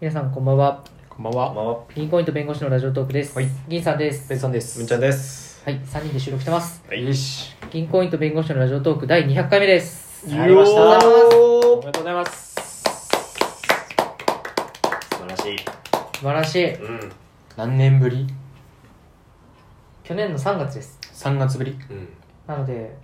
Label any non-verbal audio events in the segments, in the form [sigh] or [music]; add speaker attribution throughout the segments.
Speaker 1: 皆さんこんばんは
Speaker 2: こんばんは。
Speaker 3: こんばんは。
Speaker 1: 銀コイント弁護士のラジオトークです、
Speaker 2: はい
Speaker 1: 銀さんです
Speaker 2: ベンさんです。
Speaker 3: むんちゃんです。
Speaker 1: はい3人で収録してます
Speaker 3: は
Speaker 2: よし。
Speaker 1: 銀コイント弁護士のラジオトーク第200回目です
Speaker 3: やりました
Speaker 1: ありがとうござい
Speaker 2: おめでとうございます。
Speaker 3: 素晴らしい。
Speaker 1: ます素晴らしい
Speaker 3: うん。
Speaker 2: 何年ぶり
Speaker 1: 去年の3月です
Speaker 2: 三月ぶり
Speaker 3: うん。
Speaker 1: なので、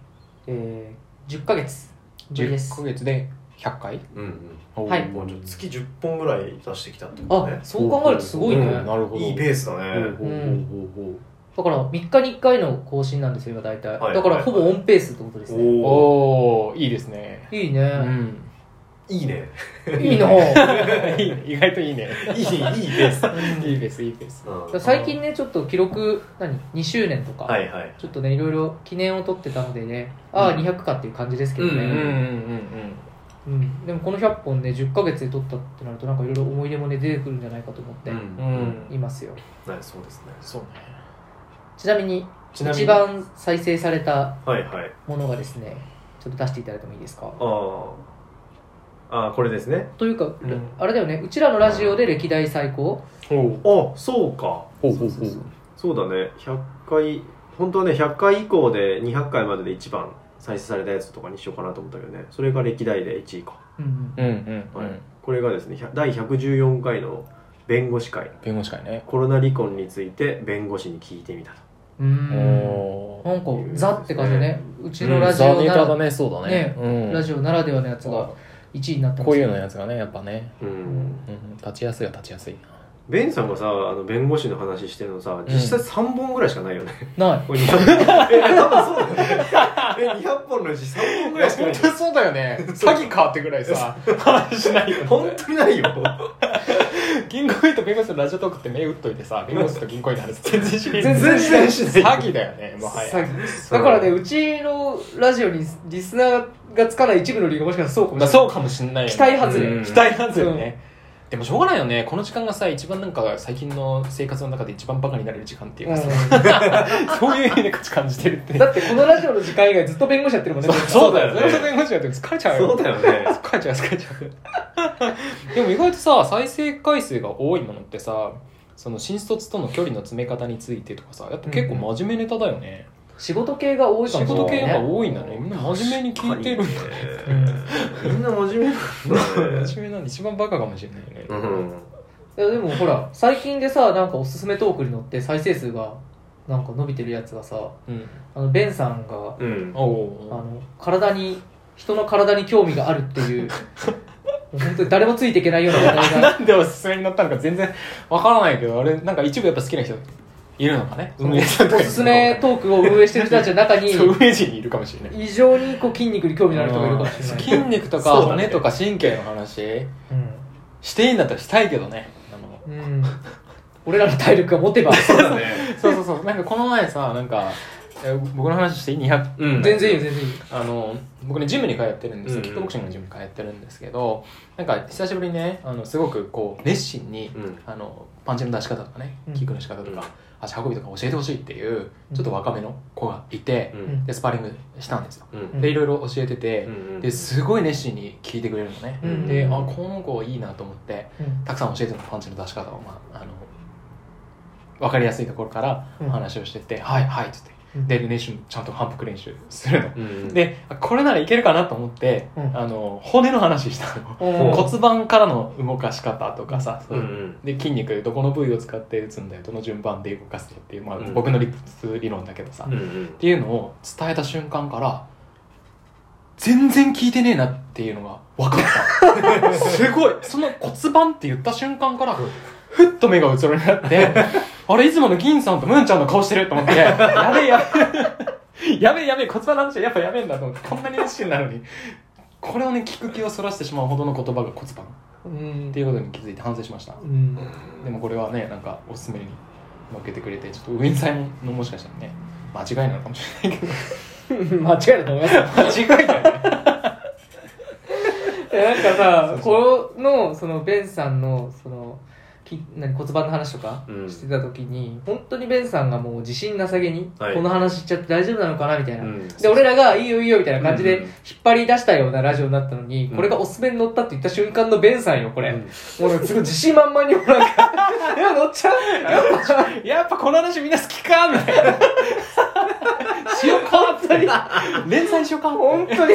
Speaker 1: えー、10ヶ月ぶりです
Speaker 2: 10ヶ月で100回
Speaker 3: うん
Speaker 1: はい
Speaker 3: うん。もうちょっと月10本ぐらい出してきたってこと
Speaker 1: あ
Speaker 3: ね。
Speaker 1: そう考えるとすごいね、
Speaker 3: うん
Speaker 1: だか
Speaker 2: なるほど。
Speaker 3: いいペースだね。
Speaker 2: ほうほう
Speaker 1: ら3日に1回の更新なんですよ今大体、
Speaker 3: はい
Speaker 1: だからほぼオンペースってことですね
Speaker 2: ほう
Speaker 3: おお。
Speaker 2: おー、いいですね。
Speaker 1: いいうね、
Speaker 2: ん。
Speaker 3: いいね。
Speaker 1: いいなう
Speaker 2: いいね意外といいね。
Speaker 3: いい、いいペースだ。
Speaker 1: ん
Speaker 2: いいペース、いいペース。
Speaker 3: うん
Speaker 1: だから最近ねちょっと記録何2周年とか、
Speaker 3: はいはい。
Speaker 1: ちょっとねいろいろ記念を取ってたのでねああ
Speaker 2: うん
Speaker 1: 200かっていう感じですけど
Speaker 2: うんうんうん
Speaker 1: ね、
Speaker 2: うん。
Speaker 1: うんでもこの100本ね10ヶ月で取ったってなるとなんかいろいろ思い出もね出てくるんじゃないかと思って
Speaker 3: うん
Speaker 2: うん
Speaker 1: いますよ、
Speaker 3: はい、そうですね。
Speaker 2: そうね。
Speaker 1: ちなみに
Speaker 2: ちなみに
Speaker 1: 一番再生された
Speaker 3: はいはい。
Speaker 1: ものがですねちょっと出していただいてもいいですか
Speaker 3: ああ。ああ、これですね。
Speaker 1: というか、
Speaker 2: ん
Speaker 1: あれだよねうちらのラジオで歴代最高
Speaker 2: ほう。
Speaker 3: あ、そうか。
Speaker 2: ほうほう
Speaker 1: そ
Speaker 2: ほ
Speaker 1: うそう
Speaker 2: う。
Speaker 3: そうだね。100回、本当はね、100回以降で200回までで一番再生されたやつとかにしようかなと思ったけどね。それが歴代で1位か。
Speaker 1: うんうん
Speaker 2: うんうんう
Speaker 3: はい
Speaker 2: ん。
Speaker 3: これがですね、100第114回の弁護士会。
Speaker 2: 弁護士会ね。
Speaker 3: コロナ離婚について弁護士に聞いてみたと
Speaker 1: うーん
Speaker 2: おー。
Speaker 1: なんかザって感じだねうちのラジオ
Speaker 2: うんザネ
Speaker 1: な
Speaker 2: タ
Speaker 1: ら、
Speaker 2: だね、そうだね
Speaker 1: ね。
Speaker 2: うん
Speaker 1: ラジオならではのやつが1位になったん
Speaker 2: こ
Speaker 1: です
Speaker 2: ういう
Speaker 1: よ
Speaker 2: のやつがね、やっぱね。
Speaker 3: うん
Speaker 2: うん立ちやすいは立ちやすい
Speaker 3: ベンさんがさあの弁護士の話してるのさ実際3本ぐらいしか [laughs] ないよね、
Speaker 1: ない
Speaker 3: これ200本 [laughs] え多分そうだよねえ200本のうち3本ぐらいしかない
Speaker 2: [laughs] そうだよね詐欺かってぐらいさ話しないよね
Speaker 3: [laughs] 本当にないよ
Speaker 2: 銀行員と弁護士のラジオトークって目打っといてさ弁護士と銀行員の話全然しない
Speaker 3: 全然しない
Speaker 2: 詐欺だよねもはや
Speaker 1: 詐欺だからねうちのラジオにリスナーがつかない一部の理由がもしかしたらそうかも
Speaker 2: まあ
Speaker 1: しれ
Speaker 2: そ
Speaker 1: な
Speaker 2: うかもしんないよ、ね、
Speaker 1: 期待外れ
Speaker 2: うん期待外れね、でもしょうがないよねこの時間がさ一番なんか最近の生活の中で一番バカになれる時間っていうかさ、
Speaker 1: い、
Speaker 2: そういう意味で価値感じてるって
Speaker 1: うん、だってこのラジオの時間以外ずっと弁護士やってるもんね
Speaker 2: そうだよね
Speaker 3: ね
Speaker 2: それと弁護士やってると疲れちゃうよ
Speaker 3: [laughs] そうだよね
Speaker 2: 疲れちゃう疲れちゃう [laughs] でも意外とさ再生回数が多いものってさその新卒との距離の詰め方についてとかさやっぱ結構真面目ネタだよね、
Speaker 1: 仕事系が多いか
Speaker 2: 仕
Speaker 1: もしれない
Speaker 2: 事
Speaker 1: ね
Speaker 2: 系が多いんだねみんな真面目に聞いてる
Speaker 3: 確かにねみんな真面目 [laughs] なんだね
Speaker 2: 真面目なんで一番バカかもしれないよね、
Speaker 3: うん
Speaker 1: いやでもほら最近でさなんかおすすめトークに乗って再生数がなんか伸びてるやつがさ
Speaker 2: うん、
Speaker 1: あのベンさんが
Speaker 3: うん
Speaker 2: お
Speaker 1: あ
Speaker 2: お
Speaker 1: の体に人の体に興味があるっていうもう本当に誰もついていけないような話題が
Speaker 2: [laughs] なんでおすすめになったのか全然わからないけどあれなんか一部やっぱ好きな人いるのかね運営さんと
Speaker 1: お
Speaker 2: か
Speaker 1: すすめトークを運営してる人たちの中に
Speaker 2: そう運営陣にいるかもしれない
Speaker 1: 異常にこう筋肉に興味のある人がいるかもしれない、
Speaker 2: 筋肉と
Speaker 3: そう
Speaker 2: か
Speaker 3: だね
Speaker 2: 骨とか神経の話していいんだったらしたいけどねあの
Speaker 1: うんうん俺らの体力が持てば
Speaker 3: そうだね
Speaker 2: そうそうそう。なんかこの前さ、なんか、え僕の話していい ?200。
Speaker 3: うん
Speaker 1: 全然いいよ全然いいよ
Speaker 2: あの、僕ね、ジムに通ってるんですよ。
Speaker 3: うん
Speaker 2: キックボクシングのジムに通ってるんですけど、なんか久しぶりにね、あの、すごくこう、熱心に、
Speaker 3: うん
Speaker 2: あの、パンチの出し方とかね
Speaker 1: うん、
Speaker 2: キックの仕方と
Speaker 3: うん
Speaker 2: か、足運びとか教えてほしいっていう、ちょっと若めの子がいて
Speaker 3: う、
Speaker 1: ん
Speaker 3: ん
Speaker 2: で、スパーリングしたんですよ。
Speaker 3: う
Speaker 1: うん
Speaker 3: ん
Speaker 2: で、いろいろ教えて
Speaker 3: う
Speaker 2: て、
Speaker 3: ん
Speaker 2: ですごい熱心に聞いてくれるのね。
Speaker 1: うん
Speaker 2: で、あ、この子いいなと思って、
Speaker 1: うん
Speaker 2: たくさん教えてもらったパンチの出し方を、まあ、あの分かりやすいところから
Speaker 1: うん
Speaker 2: 話をしてって「はいはい」っつって
Speaker 1: うん
Speaker 2: で練習もちゃんと反復練習するの、
Speaker 3: うん
Speaker 2: であこれならいけるかなと思って、
Speaker 1: うん
Speaker 2: あの骨の話したの
Speaker 1: おー
Speaker 2: 骨盤からの動かし方とかさ、
Speaker 3: うんうん
Speaker 2: で筋肉どこの部位を使って打つんだよどの順番で動かすよっていう、まあ
Speaker 3: うん
Speaker 2: 僕の理屈理論だけどさ、
Speaker 3: うんう
Speaker 2: っ
Speaker 3: ん
Speaker 2: ていうのを伝えた瞬間から全然効いてねえなっていうのが分かった
Speaker 3: すごい
Speaker 2: その骨盤って言った瞬間から、ふっと目がうつろになって、あれ、いつもの銀さんとムンちゃんの顔してると思って、やべえやべえ、やべえやべえ、骨盤の話はやっぱやべえんだと思って、こんなに熱心なのに。これをね、聞く気をそらしてしまうほどの言葉が骨盤っ
Speaker 1: うん
Speaker 2: ていうことに気づいて反省しました。
Speaker 1: うん
Speaker 2: でもこれはね、なんかおすすめに乗っけてくれて、ちょっとウインサイのもしかしたらね、間違いなのかもしれないけど。
Speaker 1: 間違えたと思いますよ
Speaker 2: 間違いだよね。
Speaker 1: いやなんかさこのそのベンさんのそのき何骨盤の話とか
Speaker 3: うん
Speaker 1: してた時に、本当にベンさんがもう自信なさげに、
Speaker 3: はい
Speaker 1: この話しちゃって大丈夫なのかなみたいな、
Speaker 3: うん
Speaker 1: で俺らがいいよいいよみたいな感じで
Speaker 3: うん
Speaker 1: 引っ張り出したようなラジオになったのに、
Speaker 3: うん
Speaker 1: これがおすすめに乗ったって言った瞬間のベンさんよこれ、
Speaker 3: うん
Speaker 1: 俺すごい自信満々にもうなん
Speaker 3: [laughs]
Speaker 1: か「いや乗っちゃうやっぱ
Speaker 2: やっぱこの話みんな好きかみたいな。しようかって。連載しようか
Speaker 1: 本当に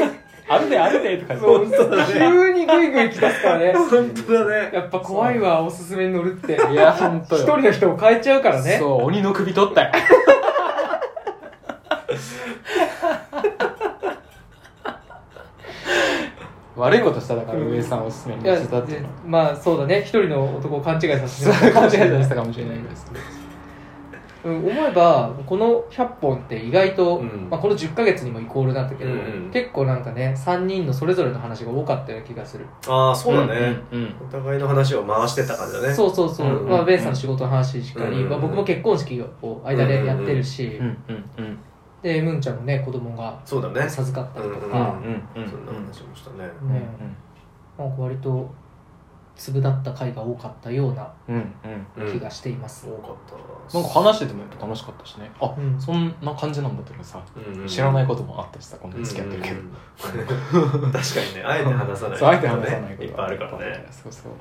Speaker 2: あるであるでとか言
Speaker 3: 本
Speaker 2: っ
Speaker 3: 当だね
Speaker 1: 急にグイグイ来たすからね
Speaker 3: 本当だね
Speaker 1: やっぱ怖いわおすすめに乗るって
Speaker 2: て。いや、ほんと
Speaker 1: 一
Speaker 2: よ。
Speaker 1: 人の人を変えちゃうからね
Speaker 2: そう、鬼の首取ったよ。悪いことしただから、上さんおすすめに
Speaker 1: いや
Speaker 2: してたっていうのは。
Speaker 1: まあそうだね一人の男を勘違いさせ
Speaker 2: そう
Speaker 1: て
Speaker 2: いう
Speaker 1: た
Speaker 2: 感じがしたかもしれないです。
Speaker 1: うん思えばこの100本って意外と、
Speaker 3: うん
Speaker 1: まあ、この10ヶ月にもイコールなんだけど、
Speaker 3: うんうん
Speaker 1: 結構なんかね3人のそれぞれの話が多かったような気がする
Speaker 3: ああそうだね、
Speaker 2: うん。うん
Speaker 3: お互いの話を回してた感じだね
Speaker 1: そうそうそう、
Speaker 3: うんうん
Speaker 1: まあ、ベンさんの仕事の話しかり、
Speaker 3: うんうん
Speaker 1: まあ、僕も結婚式を間でやってるし、
Speaker 2: うんうん
Speaker 1: でムンちゃんもね子供が
Speaker 3: そうだね
Speaker 1: 授かったりと
Speaker 3: うん
Speaker 1: か、
Speaker 2: うんうん
Speaker 3: そんな話もしたね
Speaker 2: うん
Speaker 1: ねなんか割と粒だった回が多かったような
Speaker 2: うんうん
Speaker 3: うん
Speaker 1: 気がしています、
Speaker 3: 多かった
Speaker 2: なんか話しててもやっぱ楽しかったしねあ、
Speaker 1: うん
Speaker 2: そんな感じなんだってさ
Speaker 3: うんうん
Speaker 2: 知らないこともあったしさ今度付き合ってるけど、
Speaker 3: うんうん確かにねあえて話さない
Speaker 2: そうあえて話さない
Speaker 3: いっぱいあるからね
Speaker 2: そうそう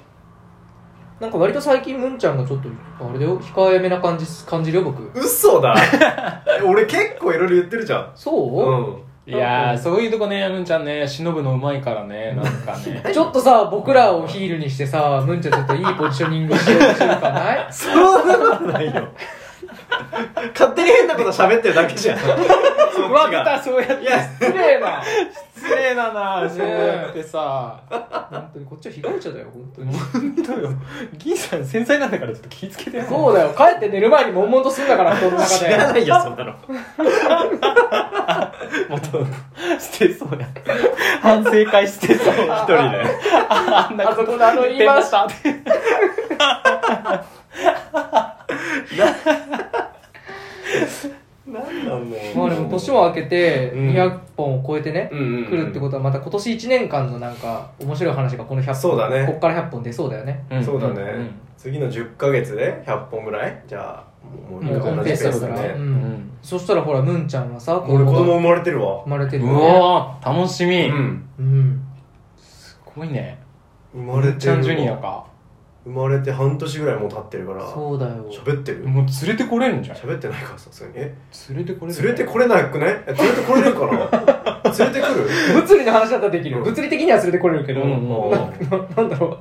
Speaker 1: なんか割と最近ムンちゃんがちょっとあれだよ控えめな感じ感じるよ僕
Speaker 3: 嘘だ [laughs] 俺結構いろいろ言ってるじゃん
Speaker 1: そう、
Speaker 3: うん
Speaker 2: いやーそういうとこねむんちゃんね忍ぶのうまいからねなんかね
Speaker 1: [laughs] ちょっとさ、僕らをヒールにしてさ、ムンちゃんちょっといいポジショニングしようとしてるかない
Speaker 3: そんなことない [laughs] よ勝手に変なこと喋ってるだけじゃんそっち
Speaker 2: うわ出
Speaker 3: が
Speaker 2: た [laughs] そうやっ
Speaker 3: い
Speaker 2: て
Speaker 3: や
Speaker 1: 失礼な
Speaker 2: 失礼だなそうやってさ
Speaker 1: 本当にこっちは被害者だよ、本当に。
Speaker 2: 本当よ銀さん繊細なんだからちょっと気ぃつけてよ
Speaker 1: そうだよ、帰って寝る前に悶々とすんだから、布団の中
Speaker 3: 知ら
Speaker 1: で。
Speaker 3: ないよそんなの
Speaker 2: [laughs] もっとしてそうや反省会してそう
Speaker 3: 一人で
Speaker 2: あんな
Speaker 1: あ
Speaker 2: こ
Speaker 1: そ
Speaker 2: と
Speaker 1: このあの言い回し、
Speaker 2: た
Speaker 3: 何なんもう
Speaker 1: まあでも年も明けて
Speaker 3: うん
Speaker 1: 200本を超えてね、
Speaker 3: うんうんうん
Speaker 1: 来るってことはまた今年1年間のなんか面白い話がこの100本、
Speaker 3: そうだね
Speaker 1: こっから100本出そうだよね。
Speaker 3: そうだね次の10ヶ月で100本ぐらいじゃあもうも
Speaker 1: もう
Speaker 3: う同
Speaker 1: こ
Speaker 3: じ
Speaker 1: の
Speaker 3: ペ
Speaker 1: ペ
Speaker 3: ー
Speaker 1: ー
Speaker 3: ス
Speaker 1: ス
Speaker 3: だ
Speaker 1: だから。
Speaker 3: ね
Speaker 1: うん
Speaker 2: うん
Speaker 1: そしたらほら、ムンちゃんはさ、
Speaker 3: 俺子供生まれてるわ
Speaker 1: 生まれてる
Speaker 2: う
Speaker 1: よね。
Speaker 2: わー楽しみ、
Speaker 3: ん
Speaker 1: うん。
Speaker 2: すごいね
Speaker 3: 生まれて
Speaker 2: ちゃんジュ
Speaker 3: る
Speaker 2: ニア
Speaker 3: わ
Speaker 2: か
Speaker 3: 生まれて半年ぐらいもう経ってるから
Speaker 1: そうだよ。
Speaker 3: 喋ってる
Speaker 2: もう連れてこれるんじゃん
Speaker 3: 喋ってないからさすがにえ
Speaker 2: 連れてこれ
Speaker 3: 連
Speaker 2: る
Speaker 3: れてこれなくないえ連れてこれるかな連れてくる
Speaker 1: 物理の話だったらできる。
Speaker 3: うん
Speaker 1: 物理的には連れてこれるけど、
Speaker 2: うんうん
Speaker 3: もう
Speaker 1: ななんだろう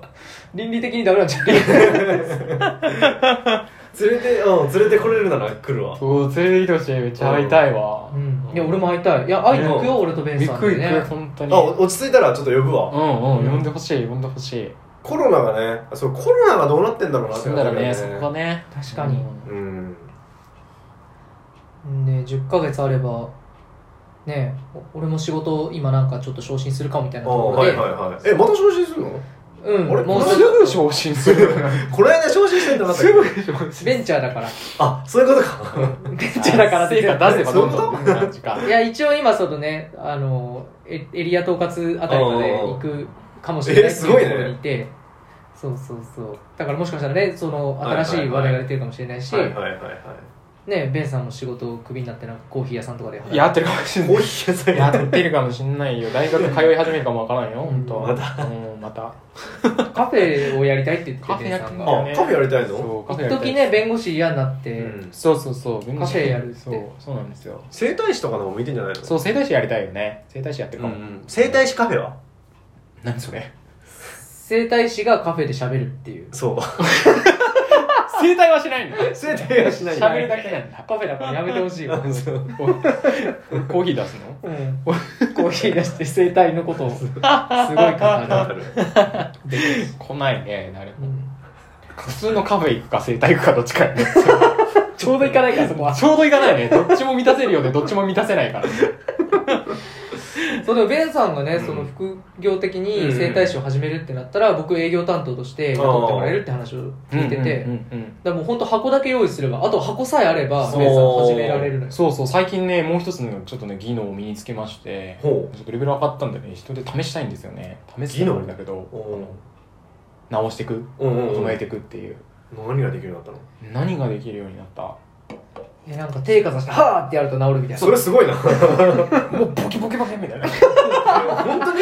Speaker 1: 倫理的にダメなんじゃない
Speaker 3: 連れてうん連れてこれるなら来るわ
Speaker 2: そう連れてきてほしいめっちゃ会いたいわ、
Speaker 1: うんいや俺も会いたいいや会いに行くよ俺とベン
Speaker 2: びっ
Speaker 1: さん
Speaker 2: く
Speaker 1: で
Speaker 2: りく
Speaker 1: ね
Speaker 2: り本当に
Speaker 3: あお落ち着いたらちょっと呼ぶわ
Speaker 2: うんうん呼んでほしい呼んでほしい
Speaker 3: コロナがねあそうコロナがどうなってんだろうなって
Speaker 2: そんだら
Speaker 3: な
Speaker 2: ね
Speaker 3: ん
Speaker 2: そ
Speaker 3: か
Speaker 2: こがね
Speaker 1: 確かに
Speaker 2: うん
Speaker 3: うん
Speaker 1: ね10ヶ月あればねお俺も仕事今なんかちょっと昇進するかみたい
Speaker 3: あ
Speaker 1: なところ
Speaker 3: は
Speaker 1: で、
Speaker 3: いはいはいえまた昇進するの
Speaker 1: うん
Speaker 3: あ
Speaker 1: も
Speaker 3: れ
Speaker 1: う
Speaker 3: この
Speaker 2: すぐ昇進す [laughs] る
Speaker 3: これ間昇進してんだなって
Speaker 2: すぐ昇進
Speaker 1: ベンチャーだから
Speaker 3: あそういうことか
Speaker 1: ベンチャーだから
Speaker 2: 成果出せばどんどんみ
Speaker 3: そういうこと
Speaker 2: たいな感じか
Speaker 1: いや一応今そのねあのエエリア統括あたりまで行くかもしれない
Speaker 3: え
Speaker 1: って
Speaker 3: す
Speaker 1: いう
Speaker 3: ごいね
Speaker 1: ところにいてそうそうそうだからもしかしたらねその新しい話題が出てるかもしれないし、
Speaker 3: はいはいはいは
Speaker 1: ねベンさんも仕事をクビになってなんかコーヒー屋さんとかで働いて
Speaker 2: やってるかもし
Speaker 3: い
Speaker 2: ん
Speaker 3: コ
Speaker 2: な
Speaker 3: ー
Speaker 2: い
Speaker 3: ヒー屋さん
Speaker 2: やってるかもしんないよ大学通い始めるかもわからんよ本当
Speaker 1: うん
Speaker 3: また
Speaker 2: うんまた
Speaker 1: カフェをやりたいって言って
Speaker 2: カフ
Speaker 1: て、店
Speaker 2: ェや
Speaker 1: 員
Speaker 2: っ
Speaker 1: さ
Speaker 2: て
Speaker 1: ん
Speaker 2: んだ
Speaker 1: が。
Speaker 2: よ
Speaker 3: あ
Speaker 2: ね
Speaker 3: カフェやりたいの
Speaker 2: そうカフェ
Speaker 1: 一
Speaker 2: やりたい
Speaker 1: 時ね、弁護士嫌になって、
Speaker 3: うん
Speaker 2: そうそうそう弁護士
Speaker 1: カフェやるって
Speaker 2: そうそうなんですよ
Speaker 3: 整体師とかの方向いてんじゃないの
Speaker 2: そう整体師やりたいよね整体師やってるかも、
Speaker 3: ん整体師カフェは
Speaker 2: 何それ
Speaker 1: 整体師がカフェで喋るっていう。
Speaker 3: そう
Speaker 2: [laughs] 整体はしないんだ
Speaker 3: 整体はしない
Speaker 2: 喋るだけなんだ
Speaker 1: カフェだからやめてほしいわ。
Speaker 2: [laughs]
Speaker 3: そう
Speaker 2: おコーヒー出すの
Speaker 1: うんコーヒー出して整体のことを、すごい
Speaker 3: [laughs]
Speaker 1: 語る。
Speaker 2: 来ないね誰
Speaker 1: う
Speaker 2: も
Speaker 1: ん
Speaker 2: 普通のカフェ行くか整体行くかどっちかや [laughs] ね
Speaker 1: ちょうど行かないから、そこは。
Speaker 2: ちょうど行かないねどっちも満たせるようでどっちも満たせないからね
Speaker 1: そう、でもベンさんがね、
Speaker 3: うん
Speaker 1: その副業的
Speaker 3: うん
Speaker 1: に整体師を始めるってなったら、僕営業担当として雇ってもらえるって話を聞いてて、
Speaker 2: うん
Speaker 1: だか
Speaker 2: うんうん
Speaker 1: らもう本当箱だけ用意すれば、あと箱さえあれば、
Speaker 3: そう
Speaker 1: ベンさん始められるの
Speaker 2: うん
Speaker 1: よ。
Speaker 2: そうそう最近ねもう一つのちょっとね技能を身につけましてちょ
Speaker 3: ほ
Speaker 2: っとレベル上がったんでね人で試したいんですよね試す
Speaker 3: 技能
Speaker 2: だけど
Speaker 3: おー
Speaker 2: 直していく
Speaker 3: ううんうん
Speaker 2: 整
Speaker 3: う
Speaker 2: え
Speaker 3: ん
Speaker 2: ていくっていう
Speaker 3: 何ができるようになったの
Speaker 2: 何ができるようになった
Speaker 1: えなんか手かざしてはーってやると治るみたいな
Speaker 3: それすごいな
Speaker 2: もうボキボキボキみたいな
Speaker 3: 本当に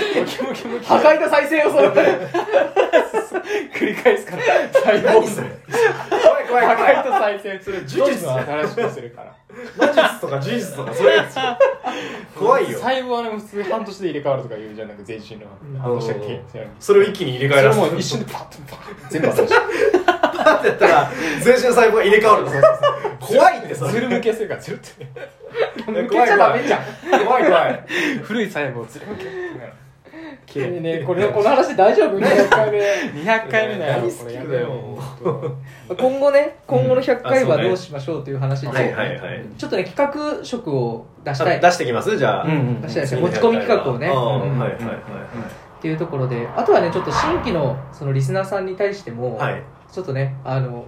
Speaker 1: 破壊と再生をそ
Speaker 3: [laughs]
Speaker 1: れ
Speaker 2: [laughs] 繰り返すから細胞数
Speaker 3: 怖い怖い
Speaker 2: 破
Speaker 3: 怖い
Speaker 2: 壊と再生する
Speaker 3: 呪
Speaker 2: 呪
Speaker 3: 術
Speaker 2: 術を新しくするから
Speaker 3: 魔術とか呪術とかそういうやつ怖いよ
Speaker 2: 細胞はね普通半年で入れ替わるとか言うじゃんなんか全身の半年だっけそれ
Speaker 3: それを一気に入れ替えらせ
Speaker 2: も
Speaker 3: る
Speaker 2: う一瞬でパッとパッと全部新し
Speaker 3: パッてやったら全身の細胞が入れ替わるの怖いってそ
Speaker 2: いず
Speaker 3: れ
Speaker 2: る向けするからずるって
Speaker 1: 抜けちゃダメじゃん
Speaker 3: 怖い怖い
Speaker 2: 古い細胞をずる向け綺麗
Speaker 1: ねえこれこの話大丈夫200回目
Speaker 2: 200回目だよ
Speaker 3: 大好き
Speaker 2: こ
Speaker 3: だ
Speaker 2: れ
Speaker 3: よ
Speaker 2: やだよ
Speaker 1: 今後ね今後の100回
Speaker 3: あそう
Speaker 1: は
Speaker 3: ね
Speaker 1: どうしましょうという話で、
Speaker 3: はいはいはい
Speaker 1: ちょっとね企画色を出したい
Speaker 3: あ出してきますじゃあ
Speaker 2: うんうん
Speaker 1: 出したいです
Speaker 3: 次
Speaker 1: ね
Speaker 3: の
Speaker 1: 持ち込み企画をね
Speaker 3: ああ
Speaker 2: うん
Speaker 3: はいはいは
Speaker 1: っていうところであとはねちょっと新規のそのリスナーさんに対しても、
Speaker 3: いはい
Speaker 1: ちょっとねあの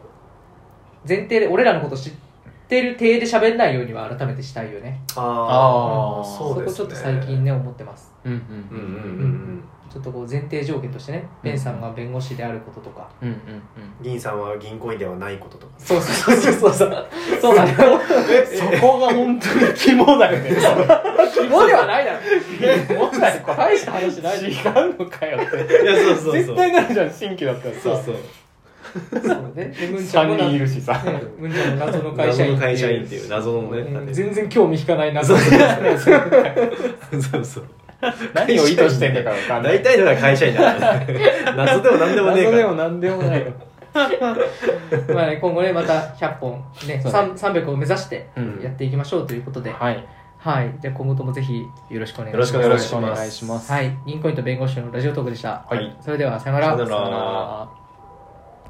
Speaker 1: 前提で俺らのこと知ってる体で喋んないようには改めてしたいよね
Speaker 3: あ
Speaker 2: あー
Speaker 3: ーそうです
Speaker 1: こち
Speaker 3: ね
Speaker 1: ょっと最近ね思ってます
Speaker 2: うんうん
Speaker 3: うんうんうん
Speaker 1: ちょっとこう前提条件としてね、
Speaker 2: うん
Speaker 1: ベンさんが弁護士であることとか、
Speaker 2: うんうん
Speaker 3: うん銀さんは銀行員ではないこととか
Speaker 1: そうそうそうそうそうそうなのよ
Speaker 2: そこが本当に肝だよね
Speaker 1: 肝ではないだろ
Speaker 2: 肝だよこれ
Speaker 1: 大した話ない
Speaker 2: 違
Speaker 1: で
Speaker 2: うのかよって
Speaker 3: いやそう [laughs] そうそう
Speaker 2: 絶対なるじゃん新規だったらさ
Speaker 3: そうそう
Speaker 1: そうねでムンちゃんも
Speaker 2: 3
Speaker 1: な
Speaker 2: 人い
Speaker 1: ね
Speaker 2: るしさ
Speaker 1: ムンちゃんも謎の会社
Speaker 3: 謎
Speaker 1: 員ってい
Speaker 3: の
Speaker 1: う
Speaker 3: 会社員っていう謎のね
Speaker 1: うん全然興味引かない謎の
Speaker 3: [laughs] そうそう
Speaker 2: 何を意図してんだかわかんない
Speaker 3: 大体だから会社員だからね謎でも何でもねえか
Speaker 2: 謎
Speaker 3: ら
Speaker 2: でも何でもないよ
Speaker 1: まあね、今後ねまた100本ね
Speaker 2: そうね
Speaker 1: 三300を目指して
Speaker 2: うん
Speaker 1: やっていきましょうということで、
Speaker 2: はい
Speaker 1: はいじゃあ今後ともぜひよろしくお願いし
Speaker 3: よ
Speaker 1: ま
Speaker 3: ろ
Speaker 1: す
Speaker 3: しくお
Speaker 2: よ
Speaker 3: 願
Speaker 2: ろ
Speaker 3: い
Speaker 2: し
Speaker 3: し
Speaker 2: くお願い
Speaker 3: ます
Speaker 2: します
Speaker 1: はい銀行員と弁護士のラジオトークでした、
Speaker 2: はい
Speaker 1: それではさよ
Speaker 3: さよなら
Speaker 2: あー